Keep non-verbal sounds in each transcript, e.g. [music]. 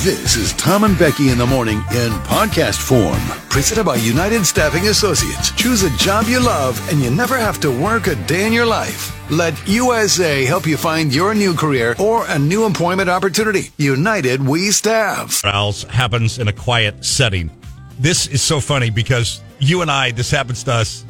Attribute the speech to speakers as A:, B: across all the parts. A: This is Tom and Becky in the morning in podcast form, presented by United Staffing Associates. Choose a job you love and you never have to work a day in your life. Let USA help you find your new career or a new employment opportunity. United We Staff.
B: else happens in a quiet setting. This is so funny because you and I, this happens to us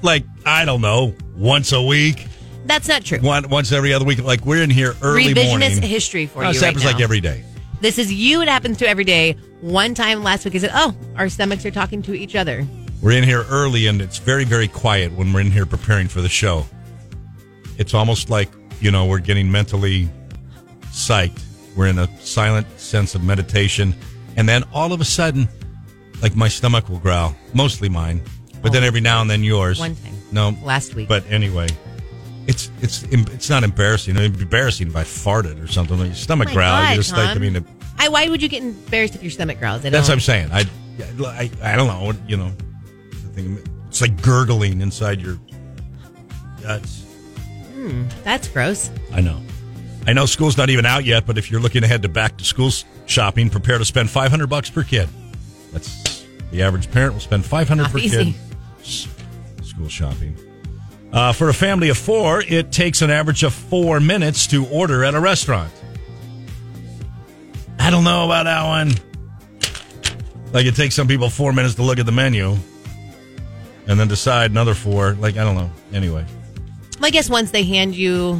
B: like, I don't know, once a week,
C: That's not true.
B: one, once every other week. Like, we're in here early
C: Revisionist
B: morning. Oh,
C: history for
B: No,
C: you.
B: this
C: right
B: happens
C: now.
B: like every day.
C: This is you. It happens to every day. One time last week, I said, "Oh, our stomachs are talking to each other."
B: We're in here early and it's very, very quiet when we're in here preparing for the show. It's almost like, you know, we're getting mentally psyched. We're in a silent sense of meditation. And then all of a sudden, like my stomach will growl, mostly mine, but then every now and then yours.
C: Oh, One time.
B: No.
C: Last week.
B: But anyway, it's it's em- it's not embarrassing. It'd be embarrassing if I farted or something. When your stomach
C: Oh My
B: growl,
C: God,
B: you're just like, I
C: Tom.
B: mean, it-
C: I, why would you get embarrassed if your stomach growls? I
B: that's what
C: don't-
B: I'm saying. I, I, I don't know. You know, I think it's like gurgling inside your guts.
C: that's gross.
B: I know. I know school's not even out yet, but if you're looking ahead to back to school s- shopping, prepare to spend 500 bucks per kid. That's the average parent will spend 500
C: Not
B: per
C: easy.
B: kid s- school shopping. Uh, for a family of four, it takes an average of four minutes to order at a restaurant. I don't know about that one. Like it takes some people four minutes to look at the menu and then decide another four. Like I don't know. Anyway,
C: Well, I guess once they hand you,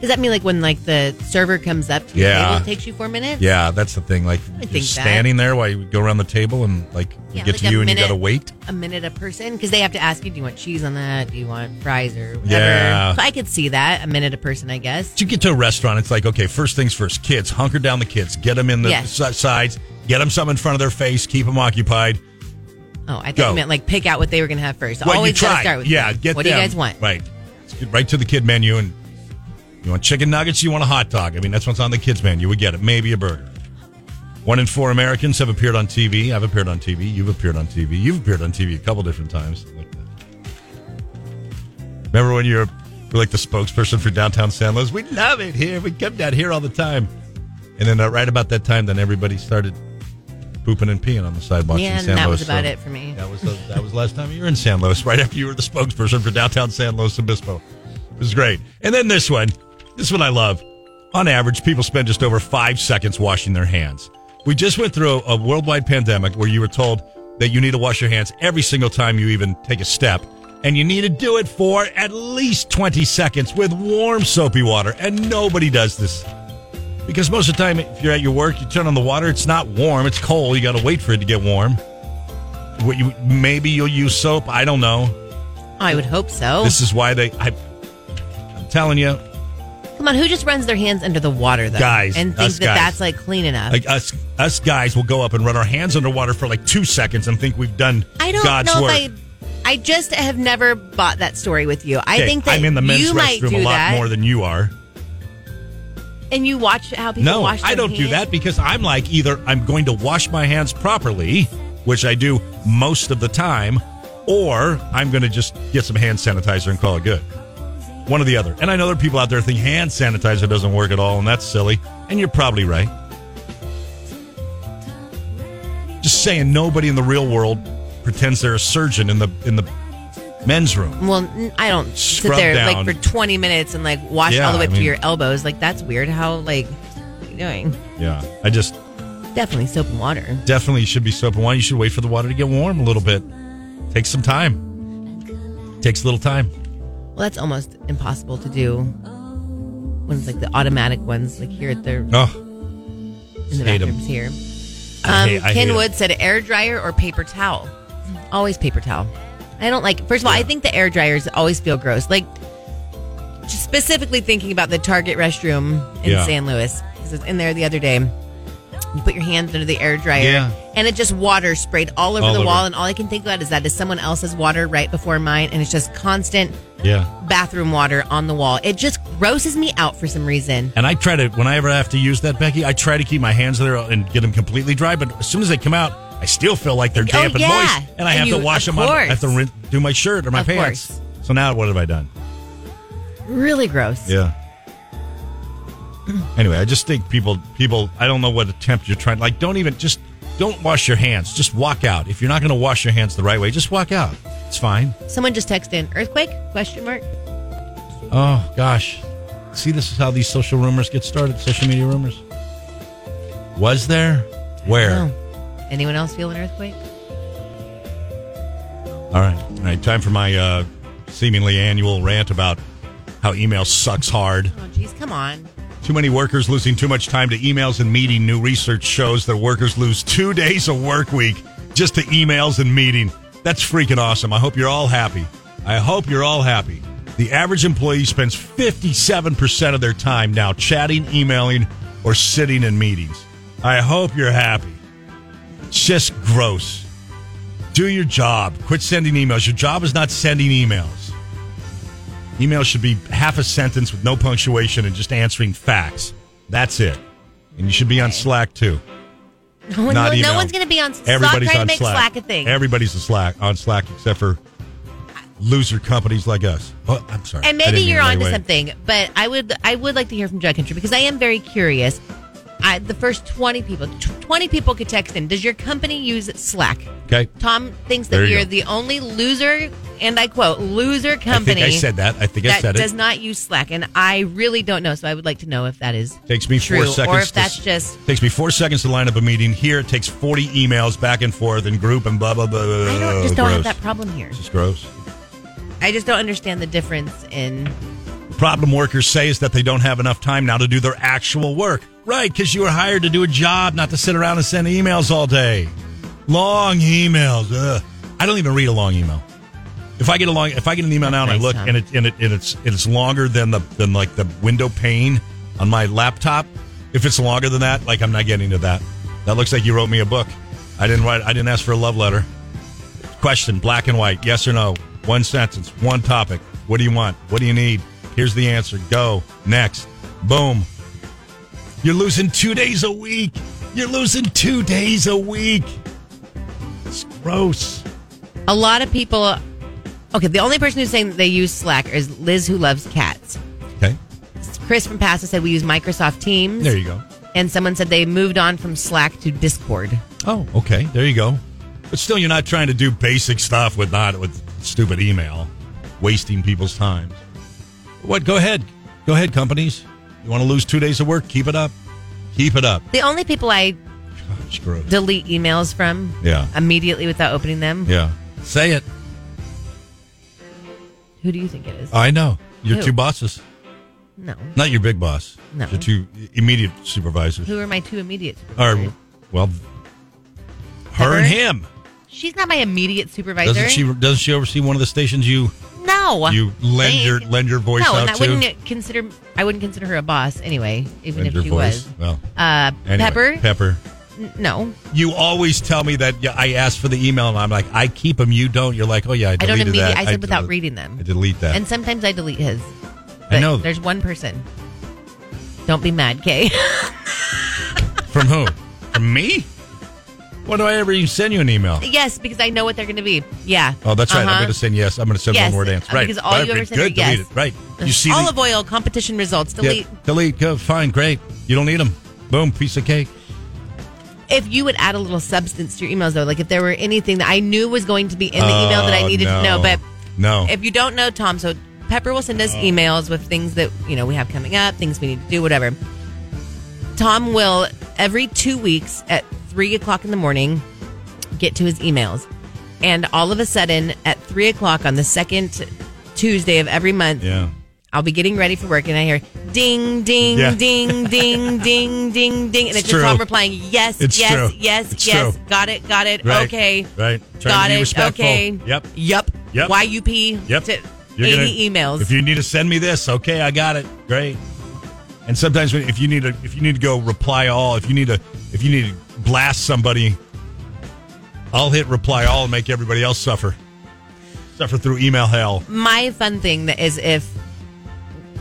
C: does that mean like when like the server comes up to your
B: Yeah.
C: table, it takes you four minutes?
B: Yeah, that's the thing. Like you're
C: think that.
B: standing there while you go around the table and like we
C: Yeah,
B: get
C: like
B: to
C: a
B: you and you
C: minute.
B: gotta wait.
C: a minute a person because they have to ask you, do you want cheese on that? Do you want fries or whatever?
B: Yeah.
C: So I could see that a minute a person, I guess.
B: You get to a restaurant, it's like okay, first things first. Kids, hunker down the kids, get them in the
C: Yes.
B: si- sides, get them something in front of their face, keep them occupied.
C: Oh, I thought
B: Go.
C: you meant like pick out what they were going to have first.
B: Well,
C: Always
B: you try.
C: gotta start with
B: yeah,
C: them.
B: get
C: what
B: them.
C: do you guys want?
B: Right, Let's get right to the kid menu and you want chicken nuggets, you want a hot dog. I mean, that's what's on the kids menu. We get it. Maybe a burger. One in four Americans have appeared on TV. I've appeared on TV. You've appeared on TV. You've appeared on TV a couple different times. Like that. Remember when you were were like the spokesperson for downtown San Luis? We love it here. We come down here all the time. And then uh, right about that time, then everybody started pooping and peeing on the sidewalks
C: Yeah,
B: in
C: and
B: San
C: that was
B: Luis.
C: about it for me.
B: That was the, that was the last time you were in San Luis, right after you were the spokesperson for downtown San Luis Obispo. It was great. And then this one, this one I love. On average, people spend just over five seconds washing their hands. We just went through a, a worldwide pandemic where you were told that you need to wash your hands every single time you even take a step. And you need to do it for at least 20 seconds with warm soapy water. And nobody does this. Because most of the time, if you're at your work, you turn on the water, it's not warm, it's cold. You got to wait for it to get warm. What you, maybe you'll use soap. I don't know.
C: Oh, I would hope so.
B: This is why they. I, I'm telling you,
C: Come on, who just runs their hands under the water though?
B: Guys,
C: and thinks
B: us
C: that
B: guys.
C: that's like clean enough.
B: like us, us guys will go up and run our hands underwater for like two seconds and think we've done
C: I don't
B: God's
C: know
B: work.
C: if I. I just have never bought that story with you. I
B: Okay,
C: think that
B: I'm in the men's
C: you might
B: restroom
C: do
B: a lot
C: that,
B: more than you are.
C: and you watch how people
B: No,
C: wash.
B: I
C: their
B: don't do
C: hands.
B: that because I'm like either I'm going to wash my hands properly, which I do most of the time, or I'm going to just get some hand sanitizer and call it good. One or the other. And I know there are people out there who think hand sanitizer doesn't work at all, and that's silly. And you're probably right. Just saying, nobody in the real world pretends they're a surgeon in the in the men's room.
C: Well, n- I don't sit
B: Scrub
C: there
B: down.
C: like for 20 minutes and like wash
B: Yeah,
C: all the way
B: I
C: up
B: mean-
C: to your elbows. Like that's weird. How like what are you doing?
B: Yeah, I just
C: Definitely soap and water.
B: definitely should be soap and water. You should wait for the water to get warm a little bit. Takes some time. Takes a little time.
C: Well, that's almost impossible to do when it's like the automatic ones, like here at the
B: Oh,
C: in the
B: hate 'em.
C: bathrooms here.
B: I
C: Um,
B: hate- I hate
C: Ken
B: 'em.
C: Wood said air dryer or paper towel. Always paper towel. I don't like. First of all, I think the air dryers always feel gross. Like just specifically thinking about the Target restroom in
B: Yeah.
C: San Luis because I was in there the other day. You put your hands under the air dryer,
B: Yeah.
C: and it just water sprayed all over
B: All
C: the
B: over.
C: wall. And all I can think about is that is someone else's water right before mine, and it's just constant
B: yeah.
C: bathroom water on the wall. It just grosses me out for some reason.
B: And I try to whenever I have to use that, Becky, I try to keep my hands there and get them completely dry. But as soon as they come out, I still feel like they're
C: Oh,
B: damp
C: yeah.
B: and moist, and I
C: And
B: have
C: you-
B: to wash
C: of
B: them. On, I
C: course.
B: have to rin- do my shirt or my
C: Of
B: pants. So now what have I done?
C: Really gross.
B: Yeah. [clears throat] Anyway, I just think people people I don't know what attempt you're trying like don't even just don't wash your hands. Just walk out. If you're not going to wash your hands the right way, just walk out. It's fine.
C: Someone just texted in earthquake question mark.
B: Oh gosh. See this is how these social rumors get started, social media rumors. Was there? Where?
C: No. Oh. Anyone else feel an earthquake?
B: All right. All right, time for my uh seemingly annual rant about how email sucks hard.
C: Oh geez, come on.
B: Too many workers losing too much time to emails and meeting. New research shows that workers lose two [laughs] days a work week just to emails and meeting. That's freaking awesome. I hope you're all happy. I hope you're all happy. The average employee spends 57% of their time now chatting, emailing, or sitting in meetings. I hope you're happy. It's just gross. Do your job. Quit sending emails. Your job is not sending emails. Email should be half a sentence with no punctuation and just answering facts. That's it. And you should be on Slack too.
C: [laughs] No, one,
B: not
C: no,
B: email.
C: one's going to be on Slack
B: Everybody's
C: trying
B: on
C: to make Slack. a thing.
B: Everybody's on Slack on Slack except for loser companies like us. Oh, I'm sorry.
C: and
B: I
C: maybe
B: didn't mean
C: you're
B: it
C: onto
B: that way.
C: something, but I would I would like to hear from Drug Country because I am very curious. I, the first 20 people, tw- 20 people could text in. Does your company use Slack?
B: Okay.
C: Tom thinks that
B: There you
C: we are
B: go.
C: the only loser, and I quote, loser
B: I
C: company
B: think I said that. I think I
C: that
B: said
C: does
B: it.
C: not use Slack. And I really don't know, so I would like to know if that is
B: Takes me
C: true,
B: four seconds.
C: or if
B: to-
C: that's just.
B: takes me four seconds to line up a meeting. Here it takes forty emails back and forth and group and blah blah blah. blah,
C: I don't, just
B: blah.
C: don't have
B: Oh, Gross.
C: that problem here.
B: This is gross.
C: I just don't understand the difference in.
B: problem workers say is that they don't have enough time now to do their actual work. Right, because you were hired to do a job, not to sit around and send emails all day. Long emails. Ugh. I don't even read a long email. If I get a long, if I get an email now and I
C: Nice,
B: look
C: Tom.
B: and it and it and it's and it's longer than the than like the window pane on my laptop. If it's longer than that, like I'm not getting to that. That looks like you wrote me a book. I didn't write. I didn't ask for a love letter. Question, black and white, yes or no. One sentence, one topic. What do you want? What do you need? Here's the answer. Go. Next. Boom. You're losing two days a week. You're losing two days a week. It's gross.
C: A lot of people. Okay, the only person who's saying that they use Slack is Liz, who loves cats.
B: Okay.
C: Chris from Pasta said we use Microsoft Teams.
B: There you go.
C: And someone said they moved on from Slack to Discord.
B: Oh, okay. There you go. But still, you're not trying to do basic stuff with not with stupid email, wasting people's time. What? Go ahead. Go ahead, companies. You want to lose two days of work? Keep it up. Keep it up.
C: The only people I
B: Gosh, gross.
C: delete emails from
B: Yeah.
C: immediately without opening them,
B: Yeah. Say it.
C: who do you think it is?
B: I know. Your
C: Who?
B: two bosses.
C: no.
B: Not your big boss.
C: No.
B: Your two immediate supervisors.
C: Who are my two immediate supervisors?
B: Or, well, her and
C: Her?
B: him.
C: She's not my immediate supervisor.
B: Doesn't she? Doesn't she oversee one of the stations you
C: No.
B: you lend your
C: Thank-
B: lend your voice
C: No, and
B: out
C: I
B: to?
C: wouldn't consider I wouldn't consider her a boss anyway, even
B: Lend
C: if
B: your
C: she
B: voice.
C: was.
B: Well,
C: Uh,
B: anyway,
C: Pepper?
B: Pepper.
C: N- no.
B: You always tell me that yeah, I asked for the email and I'm like, I keep them. You don't. You're like, oh yeah, I
C: I
B: deleted
C: don't immediately
B: that.
C: I said without
B: del-
C: reading them.
B: I delete that.
C: And sometimes I delete his.
B: I
C: But
B: know
C: There's one person. Don't be mad, Kay. [laughs]
B: from who? from me? Why do I ever even send you an email?
C: yes, because I know what they're going to be. Yeah.
B: Oh, that's right. I'm
C: Uh-huh.
B: going to send yes. I'm going to send
C: Yes,
B: one word answer.
C: uh,
B: Right.
C: because all
B: Right,
C: you ever
B: good,
C: send are
B: good, delete
C: yes.
B: it. Right. You see the-
C: olive oil competition results.
B: yeah,
C: Delete.
B: delete. Go. Fine. Great. You don't need them. Boom. Piece of cake.
C: If you would add a little substance to your emails, though, like if there were anything that I knew was going to be in the email that I
B: Oh,
C: needed to know,
B: no.
C: but
B: no.
C: if you don't know, Tom, so Pepper will send us
B: Oh.
C: emails with things that you know we have coming up, things we need to do, whatever. Tom will every two weeks at three o'clock in the morning get to his emails, and all of a sudden at three o'clock on the second Tuesday of every month,
B: yeah.
C: I'll be getting ready for work, and I hear ding, ding,
B: Yeah. [laughs]
C: ding, ding, ding, ding, ding, and it's,
B: It's
C: just Tom
B: true.
C: replying, yes,
B: It's
C: yes,
B: true.
C: yes,
B: It's
C: yes,
B: true.
C: got it, got it,
B: Right.
C: okay,
B: Right. Trying to
C: got
B: be
C: it,
B: respectful.
C: okay,
B: Yep.
C: yep,
B: Yep.
C: yup,
B: Yep.
C: to
B: You're
C: 80
B: gonna-
C: emails.
B: If you need to send me this, okay, I got it. Great. And sometimes when, if you need to, if you need to go reply all, if you need to, if you need to blast somebody, I'll hit reply all and make everybody else suffer, suffer through email hell.
C: My fun thing that is if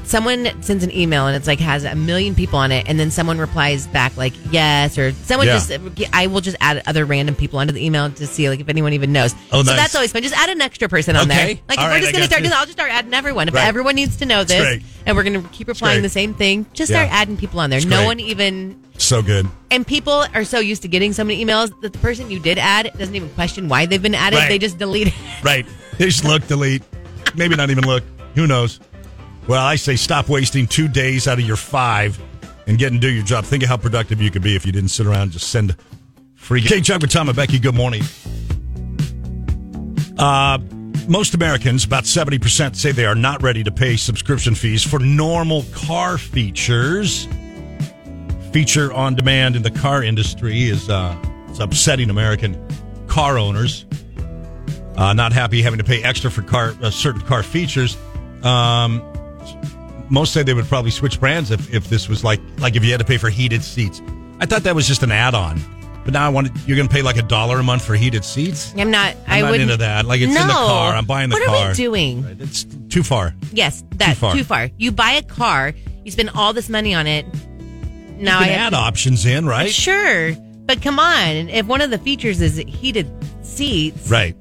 C: someone sends an email and it's like has a million people on it, and then someone replies back like yes, or someone
B: Yeah.
C: just I will just add other random people onto the email to see like if anyone even knows.
B: Oh,
C: so
B: nice.
C: that's always fun. Just add an extra person on there.
B: Okay.
C: Like
B: All right,
C: if we're
B: I
C: just gonna
B: got
C: start,
B: you.
C: just, I'll just start adding everyone. If
B: Right.
C: everyone needs to know
B: great.
C: this, and we're gonna keep replying
B: great.
C: the same thing, just
B: Yeah.
C: start adding people on there.
B: It's
C: No
B: great.
C: one even
B: So good.
C: and people are so used to getting so many emails that the person you did add doesn't even question why they've been added.
B: Right.
C: They just delete it.
B: Right. They just look, delete. Maybe not even look. Who knows? Well, I say stop wasting two days out of your five and get and do your job. Think of how productive you could be if you didn't sit around and just send free. Hey, Chuck with Tom and Becky, good morning. Uh, most Americans, about 70%, say they are not ready to pay subscription fees for normal car features. Feature on demand in the car industry is uh, it's upsetting American car owners uh, not happy having to pay extra for car uh, certain car features. Um, most say they would probably switch brands if, if this was like like if you had to pay for heated seats. I thought that was just an add on, but now I want you're going to pay like a dollar a month for heated seats.
C: [laughs] I'm not. I'm I
B: I'm not
C: would
B: into that. Like it's in the
C: No.
B: car. I'm buying the
C: what
B: car.
C: are we doing?
B: It's too far.
C: Yes, that too
B: far.
C: far. You buy a car, you spend all this money on it. Now
B: you
C: I
B: can
C: have
B: add options in, right?
C: to, sure, but come on. If one of the features is heated seats,
B: Right.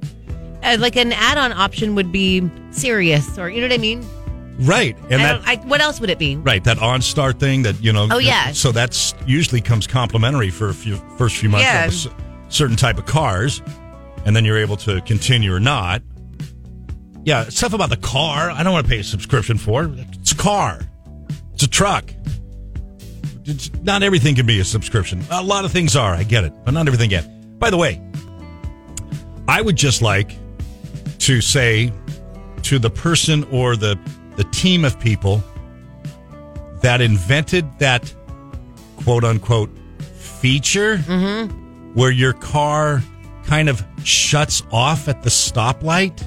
C: uh, like an add-on option would be Sirius, or you know what I mean.
B: Right. And
C: I
B: that
C: don't, I, what else would it be?
B: right, that OnStar thing that, you know.
C: Oh, yeah.
B: So that's usually comes complimentary for a few first few months
C: Yeah.
B: of a cer- certain type of cars and then you're able to continue or not. Yeah, stuff about the car. I don't want to pay a subscription for. It's a car. It's a truck. It's- not everything can be a subscription. A lot of things are. I get it, but not everything yet. By the way, I would just like to say to the person or the the team of people that invented that quote unquote feature where your car kind of shuts off at the stoplight.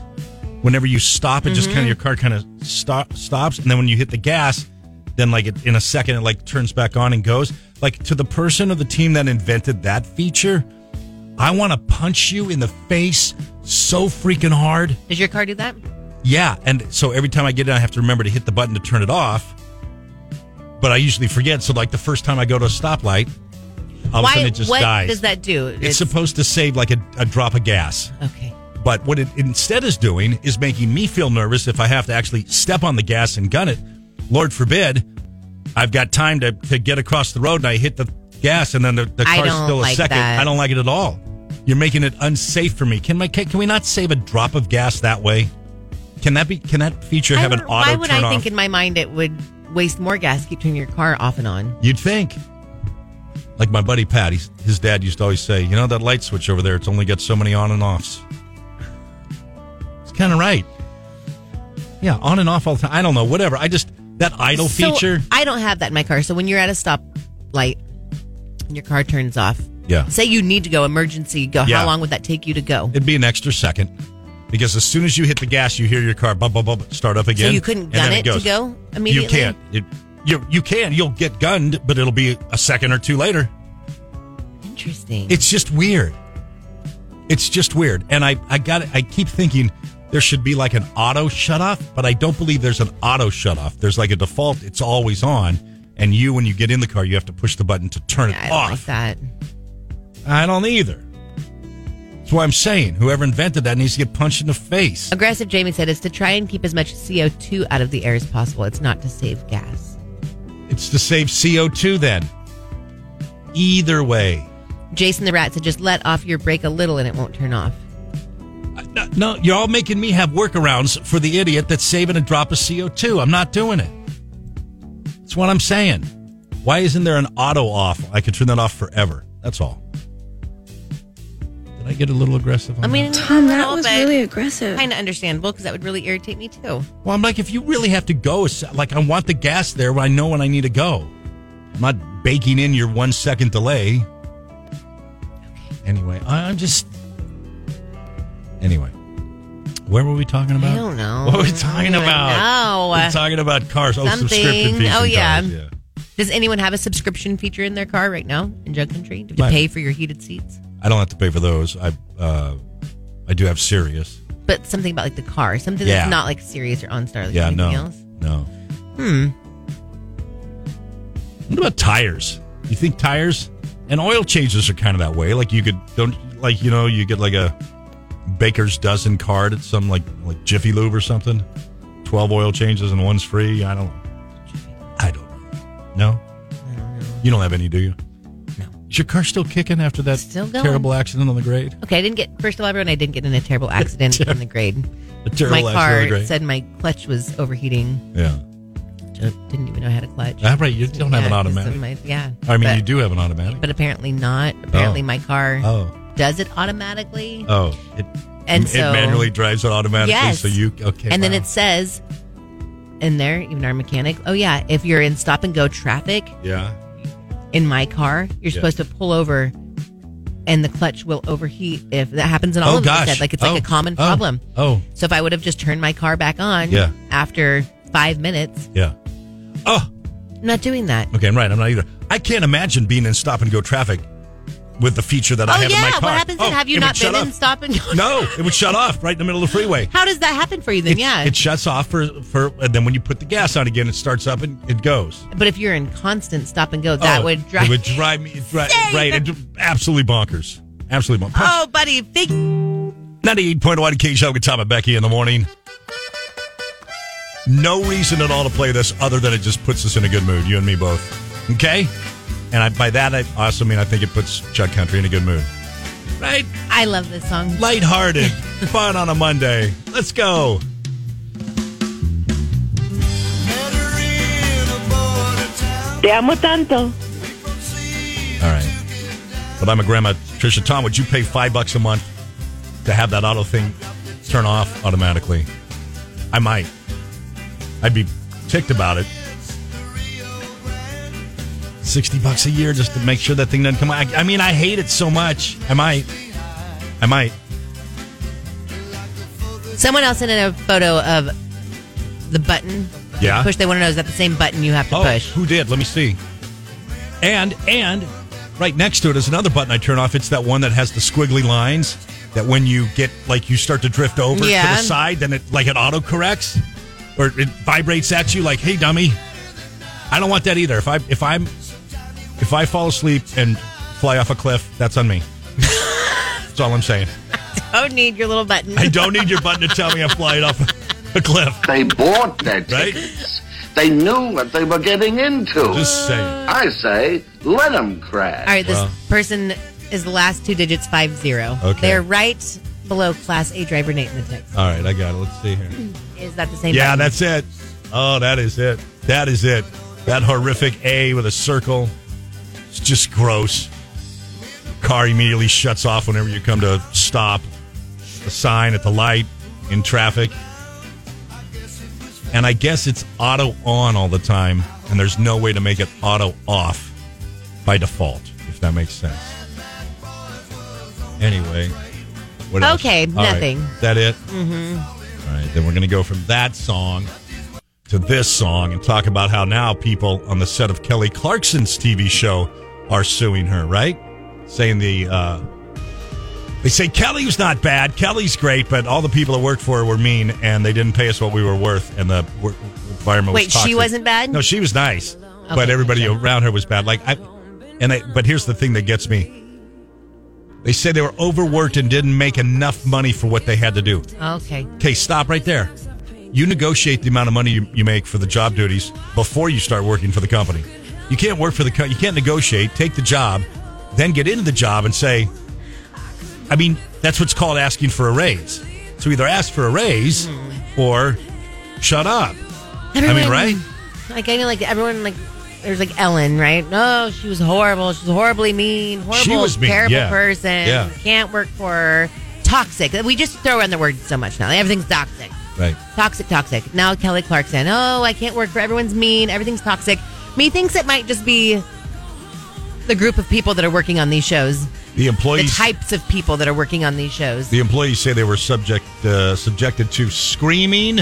B: Whenever you stop, it
C: Mm-hmm.
B: just kind of your car kind of stop, stops, and then when you hit the gas, then like it, in a second, it like turns back on and goes. Like to the person or the team that invented that feature, I want to punch you in the face so freaking hard.
C: Does your car do that?
B: Yeah, and so every time I get it, I have to remember to hit the button to turn it off. But I usually forget. So, like the first time I go to a stoplight, all of a
C: Why?
B: sudden it just
C: what
B: dies.
C: does that do?
B: it's, supposed to save like a, a drop of gas.
C: okay.
B: But what it instead is doing is making me feel nervous if I have to actually step on the gas and gun it. Lord forbid, I've got time to, to get across the road and I hit the gas and then the, the
C: I
B: car's
C: don't
B: still a
C: like
B: second.
C: that.
B: I don't like it at all. You're making it unsafe for me. Can my can, can we not save a drop of gas that way? Can that be? Can that feature
C: I
B: have an
C: don't-
B: auto
C: Why would
B: turn
C: I
B: off?
C: think in my mind it would waste more gas to keep turning your car off and on?
B: You'd think. Like my buddy Pat, he's, his dad used to always say, "You know that light switch over there? It's only got so many on and offs." It's kind of right. Yeah, on and off all the time. I don't know, whatever. I just that idle
C: So,
B: feature.
C: I don't have that in my car. So when you're at a stoplight and your car turns off,
B: Yeah.
C: say you need to go emergency, go.
B: Yeah.
C: How long would that take you to go?
B: It'd be an extra second because as soon as you hit the gas, you hear your car bum bum bum start up again.
C: so you couldn't
B: and
C: gun
B: then
C: it, to
B: goes.
C: go immediately.
B: You can't. It, you you can. You'll get gunned, but it'll be a second or two later.
C: Interesting.
B: It's just weird. It's just weird. And I I got it. I keep thinking there should be like an auto shut off, but I don't believe there's an auto shut off. There's like a default. It's always on. And you, when you get in the car, you have to push the button to turn
C: I
B: it
C: don't
B: off.
C: like that.
B: I don't either. That's why I'm saying whoever invented that needs to get punched in the face.
C: Aggressive Jamie said it's to try and keep as much CO2 out of the air as possible. It's not to save gas.
B: It's to save CO2 then. Either way.
C: Jason the Rat said just let off your brake a little and it won't turn off.
B: No, [laughs] no, you're all making me have workarounds for the idiot that's saving a drop of CO2. I'm not doing it. That's what I'm saying. Why isn't there an auto off? I could turn that off forever. That's all. Did I get a little aggressive on
C: I mean,
D: Tom, that
C: no,
D: was
C: but
D: really aggressive.
C: kind of understandable because that would really irritate me too.
B: that? Well, I'm like, if you really have to go, it's- like, I want the gas there when I know when I need to go. I'm not baking in your one second delay. Anyway, I- I'm just. Anyway, where were we talking about?
C: I don't know.
B: What were we talking
C: I don't
B: about?
C: know.
B: We're talking about cars. Oh,
C: Something.
B: subscription fees.
C: Oh,
B: and
C: yeah.
B: cars, yeah.
C: Does anyone have a subscription feature in their car right now in Jug Country? Do you
B: Mine.
C: pay for your heated seats?
B: I don't have to pay for those. I uh, I do have Sirius.
C: But something about like the car, something
B: Yeah.
C: that's not like serious or OnStar, like
B: Yeah,
C: anything
B: no,
C: else. Hmm.
B: no. What about tires? You think tires and oil changes are kind of that way? Like you could don't like you know you get like a baker's dozen card at some like like Jiffy Lube or something. Twelve oil changes and one's free. I don't. I don't. know. No. You don't have any, do you?
C: No.
B: Is your car still kicking after that
C: Still going.
B: terrible accident on the grade?
C: Okay, I didn't get first of all, everyone. I didn't get in a terrible
B: [laughs]
C: accident in the grade.
B: A terrible
C: my
B: accident
C: car
B: on the grade.
C: said my clutch was overheating.
B: yeah.
C: Which I didn't even know I had a clutch.
B: Ah, right. You don't have an
C: Yeah, 'cause of
B: automatic.
C: my- yeah.
B: I mean,
C: but,
B: you do have an automatic.
C: But apparently not. Apparently
B: Oh.
C: my car
B: oh.
C: does it automatically.
B: Oh. It,
C: And
B: it
C: so-
B: manually drives it automatically.
C: Yes.
B: So you okay?
C: and then
B: wow.
C: it says in there, even our mechanic, oh yeah, if you're in stop and go traffic
B: yeah.
C: in my car, you're
B: Yeah.
C: supposed to pull over and the clutch will overheat if that happens in all
B: oh
C: of them.
B: gosh.
C: Said. Like it's
B: Oh,
C: like a common
B: oh,
C: problem.
B: Oh,
C: So if I would have just turned my car back on
B: Yeah.
C: after five minutes,
B: yeah. Oh,
C: I'm not doing that.
B: okay. I'm right. I'm not either. I can't imagine being in stop and go traffic with the feature that I
C: oh
B: have in my
C: yeah,
B: car.
C: what happens
B: oh,
C: if have you
B: it
C: not
B: would shut
C: been in
B: off.
C: stop and go?
B: No, it would shut off right in the middle of the freeway.
C: [laughs] How does that happen for you then?
B: It,
C: yeah.
B: it shuts off for for and then when you put the gas on again, it starts up and it goes.
C: but if you're in constant stop and go, that
B: Oh,
C: would drive.
B: It would drive me it dri-
C: Save
B: right.
C: it.
B: It, absolutely bonkers. Absolutely bonkers.
C: [laughs] oh, buddy, think
B: 98.1 K Show with Tom and Becky in the morning. No reason at all to play this other than it just puts us in a good mood, you and me both. Okay? And I, by that, I also mean I think it puts Chuck Country in a good mood. Right?
C: I love this song.
B: [laughs] Lighthearted, fun on a Monday. Let's go.
D: Te amo tanto.
B: All right. But I'm a grandma. Trisha, Tom, would you pay five bucks a month to have that auto thing turn off automatically? I might. I'd be ticked about it. 60 bucks a year just to make sure that thing doesn't come out. I, I mean, I hate it so much. I might. I might.
C: Someone else sent in a photo of the button.
B: Yeah.
C: Push. They want to know is that the same button you have to
B: Oh,
C: push?
B: who did? Let me see. And and right next to it is another button I turn off. It's that one that has the squiggly lines that when you get like you start to drift over to
C: Yeah.
B: the side, then it like it auto corrects or it vibrates at you like, "Hey, dummy." I don't want that either. If I if I'm if I fall asleep and fly off a cliff, that's
C: [laughs]
B: on me. that's all I'm saying.
C: Oh, need your little button.
B: I don't need your button to tell me I'm flying off a cliff,
E: They bought their
B: Right.
E: tickets. They knew what they were getting into.
B: Just saying.
E: I say, let them crash.
C: All right, this
B: Wow.
C: person is the last two digits five zero.
B: Okay.
C: They're right below Class A driver Nate in the text.
B: All right, I got it. Let's see here.
C: Is that the same?
B: Yeah,
C: button?
B: that's it. Oh, that is it. That is it. That horrific A with a circle. It's just gross. Car immediately shuts off whenever you come to stop. The sign at the light in traffic. And I guess it's auto on all the time, and there's no way to make it auto off by default, if that makes sense. Anyway. What else?
C: Okay,
B: All right.
C: nothing. Mm-hmm.
B: Is that it? All right, then we're going to go from that song to this song and talk about how now people on the set of Kelly Clarkson's TV show are suing her, right? Saying the uh, they say Kelly was not bad, Kelly's great, but all the people that worked for her were mean and they didn't pay us what we were worth, and the work environment
C: Wait,
B: was
C: she
B: toxic.
C: wasn't bad?
B: No, she was nice, but everybody around her was bad. Like I, and I, but here's the thing that gets me. They say they were overworked and didn't make enough money for what they had to do.
C: Okay.
B: Okay, stop right there. You negotiate the amount of money you, you make for the job duties before you start working for the company. You can't work for the co- you can't negotiate. Take the job, then get into the job and say, I mean, that's what's called asking for a raise. So either ask for a raise or shut up. I mean,
C: Everyone-
B: right?
C: Like I know, like everyone, like there's like Ellen, right? No, she was horrible. She was horribly mean. Horrible,
B: was mean,
C: terrible
B: yeah.
C: person.
B: Yeah.
C: Can't work for her. Toxic. We just throw around the word so much now. Everything's toxic.
B: Right.
C: Toxic, toxic. Now Kelly Clarkson. Oh, I can't work for everyone's mean. Everything's toxic. Methinks it might just be the group of people that are working on these shows.
B: The
C: The
B: employees
C: types of people that are working on these shows.
B: The employees say they were subject uh, subjected to screaming.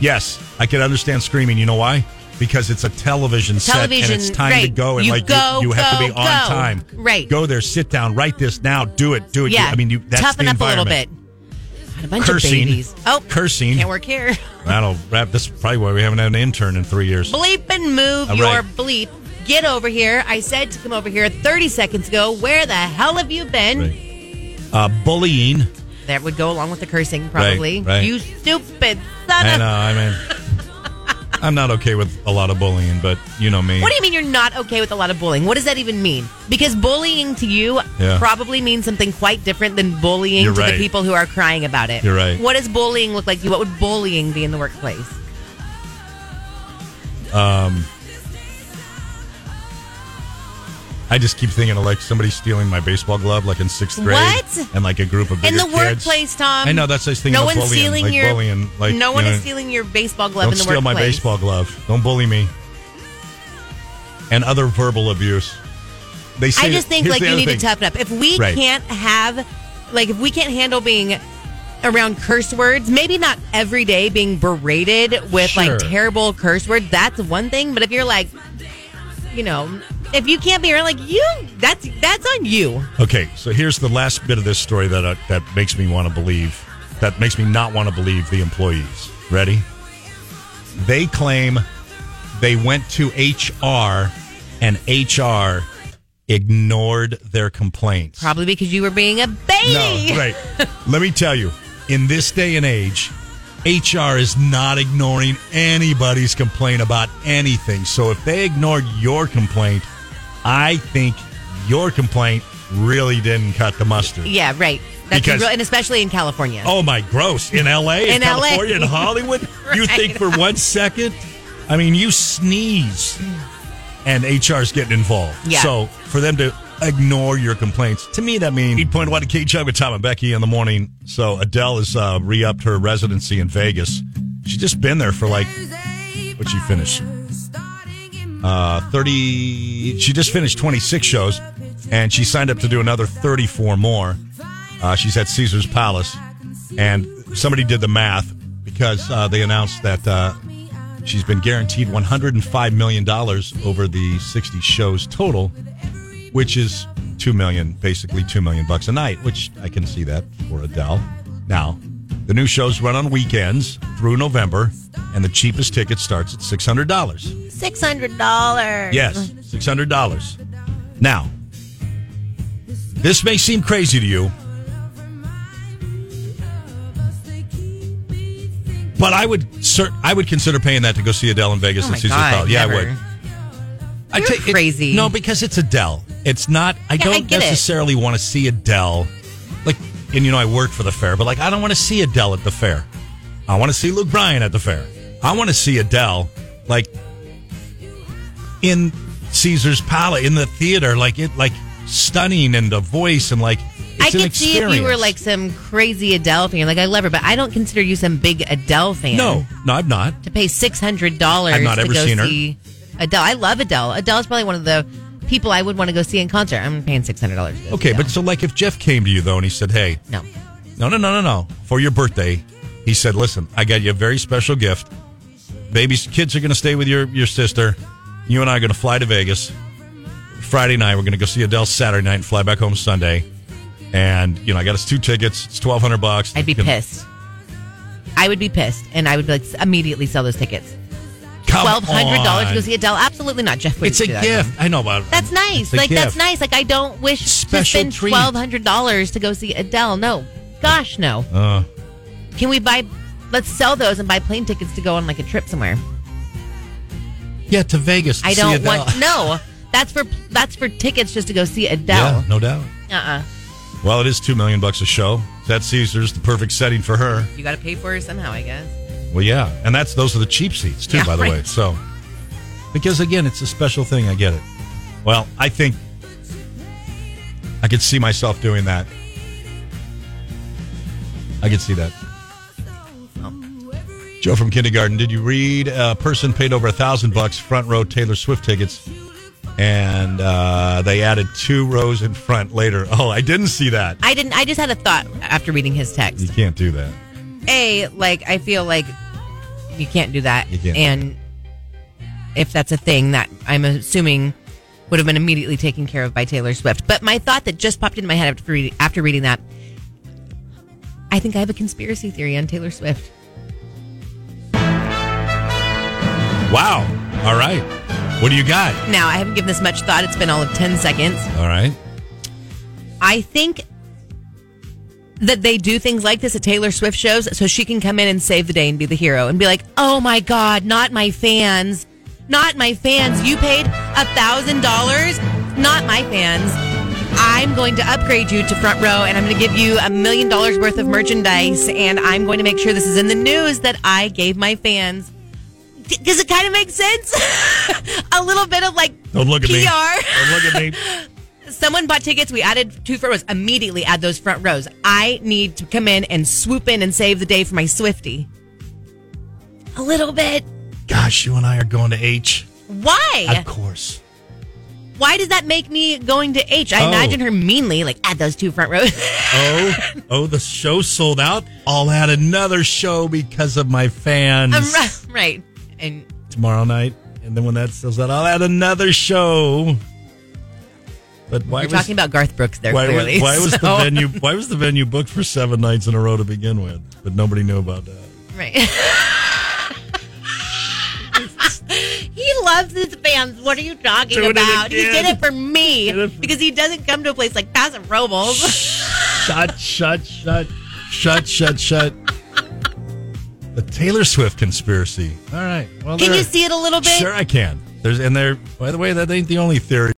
B: Yes, I can understand screaming. You know why? Because it's a television, set
C: Television,
B: and it's time to
C: right.
B: go and
C: You
B: like
C: go,
B: you, you have to
C: go,
B: be on
C: go.
B: time.
C: Right.
B: Go there, sit down, write this now, do it, do it.
C: yeah.
B: I mean, you, that's
C: Toughen
B: the
C: up a little
B: environment.
C: bit. God, a bunch
B: Cursing.
C: of babies. Oh,
B: Cursing.
C: Can't work here. [laughs]
B: That'll wrap. This is probably why we haven't had an intern in three years.
C: Bleep and move
B: All
C: your
B: right.
C: bleep. Get over here. I said to come over here 30 seconds ago. Where the hell have you been?
B: Uh, bullying.
C: That would go along with the cursing, probably.
B: right.
C: You stupid son
B: I
C: of.
B: know. uh, I mean, I'm not okay with a lot of bullying, but you know me.
C: What do you mean you're not okay with a lot of bullying? What does that even mean? Because bullying to you
B: Yeah.
C: probably means something quite different than bullying
B: You're
C: to
B: right.
C: the people who are crying about it.
B: You're right.
C: What does bullying look like to you? What would bullying be in the workplace?
B: I just keep thinking of like somebody stealing my baseball glove, like in sixth grade,
C: What?
B: and like a group of
C: in
B: bigger
C: the
B: kids.
C: workplace, Tom.
B: I know that's this thing.
C: No
B: about
C: one's
B: bullying,
C: stealing
B: like
C: your
B: bullying. Like
C: no
B: you
C: one
B: know,
C: is stealing your baseball glove
B: Don't
C: in the
B: steal
C: workplace.
B: my baseball glove. Don't bully me. And other verbal abuse. They say
C: I just
B: that-
C: think
B: here's
C: like
B: the
C: you
B: other
C: need
B: thing.
C: to toughen up. If we
B: Right.
C: can't have, like, if we can't handle being around curse words, maybe not every day being berated with
B: Sure.
C: like terrible curse words. That's one thing. But if you're like, you know, if you can't be around, like you, that's that's on you.
B: Okay, so here's the last bit of this story that uh, that makes me want to believe, that makes me not want to believe the employees. Ready? They claim they went to HR and HR ignored their complaints.
C: Probably because you were being a baby.
B: No, right. Let me tell you, in this day and age, HR is not ignoring anybody's complaint about anything. So if they ignored your complaint, I think your complaint really didn't cut the mustard.
C: Yeah, right. That's
B: Because-
C: real, and especially in California.
B: Oh my, gross! In L.A., in,
C: In LA.
B: California, in
C: [laughs]
B: Hollywood, you
C: Right.
B: think for one second? I mean, you sneeze, and HR's getting involved.
C: Yeah.
B: So for them to ignore your complaints, to me, that means eight point one to KJ with Tom and Becky in the morning. So Adele has uh, re-upped her residency in Vegas. She's just been there for like what she finished uh, 30 she just finished 26 shows and she signed up to do another 34 more uh, she's at caesar's palace and somebody did the math because uh, they announced that uh, she's been guaranteed $105 million over the 60 shows total which is 2 million basically 2 million bucks a night which i can see that for adele now the new shows run on weekends through november and the cheapest ticket starts at $600
C: Six hundred dollars.
B: Yes, six hundred dollars. Now, this may seem crazy to you, but I would cer- I would consider paying that to go see Adele in Vegas
C: Oh
B: and
C: my
B: Caesar's
C: god.
B: Palace. Yeah, I
C: never.
B: would. I
C: You're
B: take- it-
C: crazy.
B: no, because it's Adele. It's not. I
C: Yeah, I
B: don't
C: get it.
B: necessarily want to see Adele. Like, and you know, I work for the fair, but like, I don't want to see Adele at the fair. I want to see Luke Bryan at the fair. I want to see Adele, like, in Caesar's Palace, in the theater, like it, like stunning, and the voice, and like. It's
C: I
B: an
C: could see if you were
B: experience.
C: like some crazy Adele fan. Like I love her, but I don't consider you some big Adele fan.
B: No, no, I'm not.
C: to pay six hundred dollars.
B: I've not
C: to
B: ever
C: go
B: seen her.
C: see Adele. I love Adele. Adele's probably one of the people I would want to go see in concert. I'm paying six hundred dollars.
B: Okay, but so like, if Jeff came to you though, and he said, "Hey,
C: no.
B: No, no, no, no, no. For your birthday, he said, "Listen, I got you a very special gift. Babies, kids are going to stay with your your sister. You and I are going to fly to Vegas Friday night. We're going to go see Adele Saturday night and fly back home Sunday. And you know, I got us two tickets. It's twelve hundred bucks.
C: I'd be
B: You know,
C: pissed. I would be pissed, and I would like immediately sell those tickets.
B: come
C: Twelve hundred dollars to go
B: on.
C: see Adele? Absolutely not, Jeff. wouldn't
B: It's a
C: do that.
B: gift. I know, but
C: That's
B: It's
C: nice.
B: a
C: Like that's
B: gift.
C: nice. Like I don't wish
B: Special
C: to spend
B: treat.
C: twelve hundred dollars to go see Adele. No, gosh, no.
B: Uh,
C: Can we buy? Let's sell those and buy plane tickets to go on like a trip somewhere.
B: yeah, to Vegas. To
C: I
B: see
C: don't
B: Adele.
C: want no. That's for that's for tickets just to go see
B: Yeah,
C: Adele.
B: no doubt.
C: Uh uh
B: Well, it is two million bucks a show. That Caesar's the perfect setting for her.
C: You got to pay for her somehow, I guess.
B: Well, yeah, and that's those are the cheap seats too,
C: Yeah,
B: by the
C: right.
B: way. So, because again, it's a special thing. I get it. Well, I think I could see myself doing that. I could see that.
C: Oh.
B: Joe from kindergarten, did you read a person paid over a thousand bucks front row Taylor Swift tickets, and uh, they added two rows in front later? [laughs] Oh, I didn't see that.
C: I didn't. I just had a thought after reading his
B: You
C: text.
B: can't do that.
C: A like I feel like you can't do that,
B: You can't.
C: and if that's a thing that I'm assuming would have been immediately taken care of by Taylor Swift. But my thought that just popped into my head after reading, after reading that, I think I have a conspiracy theory on Taylor Swift.
B: Wow. All right. What do you got?
C: Now, I haven't given this much thought. It's been all of 10 seconds.
B: All right.
C: I think that they do things like this at Taylor Swift shows so she can come in and save the day and be the hero and be like, oh my God, not my fans. Not my fans. You paid a thousand dollars. Not my fans. I'm going to upgrade you to front row and I'm going to give you a million dollars worth of merchandise and I'm going to make sure this is in the news that I gave my fans. Because it kind of makes sense. [laughs] a little bit of like
B: Don't look at
C: PR
B: me. Don't look at me.
C: someone bought tickets. We added two front rows. Immediately add those front rows. I need to come in and swoop in and save the day for my Swifty. A little bit.
B: Gosh, you and I are going to H.
C: Why?
B: Of course.
C: Why does that make me going to H? I
B: Oh.
C: imagine her meanly like add those two
B: [laughs]
C: front rows.
B: Oh, oh, the show sold out. I'll add another show because of my fans
C: I'm ri- right. And
B: tomorrow night. And then when that sells out, I'll add another show. But why
C: you're
B: was,
C: talking about Garth Brooks there
B: why, was-
C: clearly.
B: why was the
C: so-
B: venue why was the venue booked for seven nights in a row to begin with? But nobody knew about that.
C: [laughs] Right. [laughs] he loves his fans. What are you talking
B: Doing it
C: about? He
B: again.
C: did it for me
B: Did it for-
C: because he doesn't come to a place like Paso Robles.
B: shut, shut, shut, shut, shut, shut. The Taylor Swift conspiracy. All right. Well,
C: Can
B: there-
C: you see it a little bit?
B: Sure, I can. There's and there. By the way, that ain't the only theory.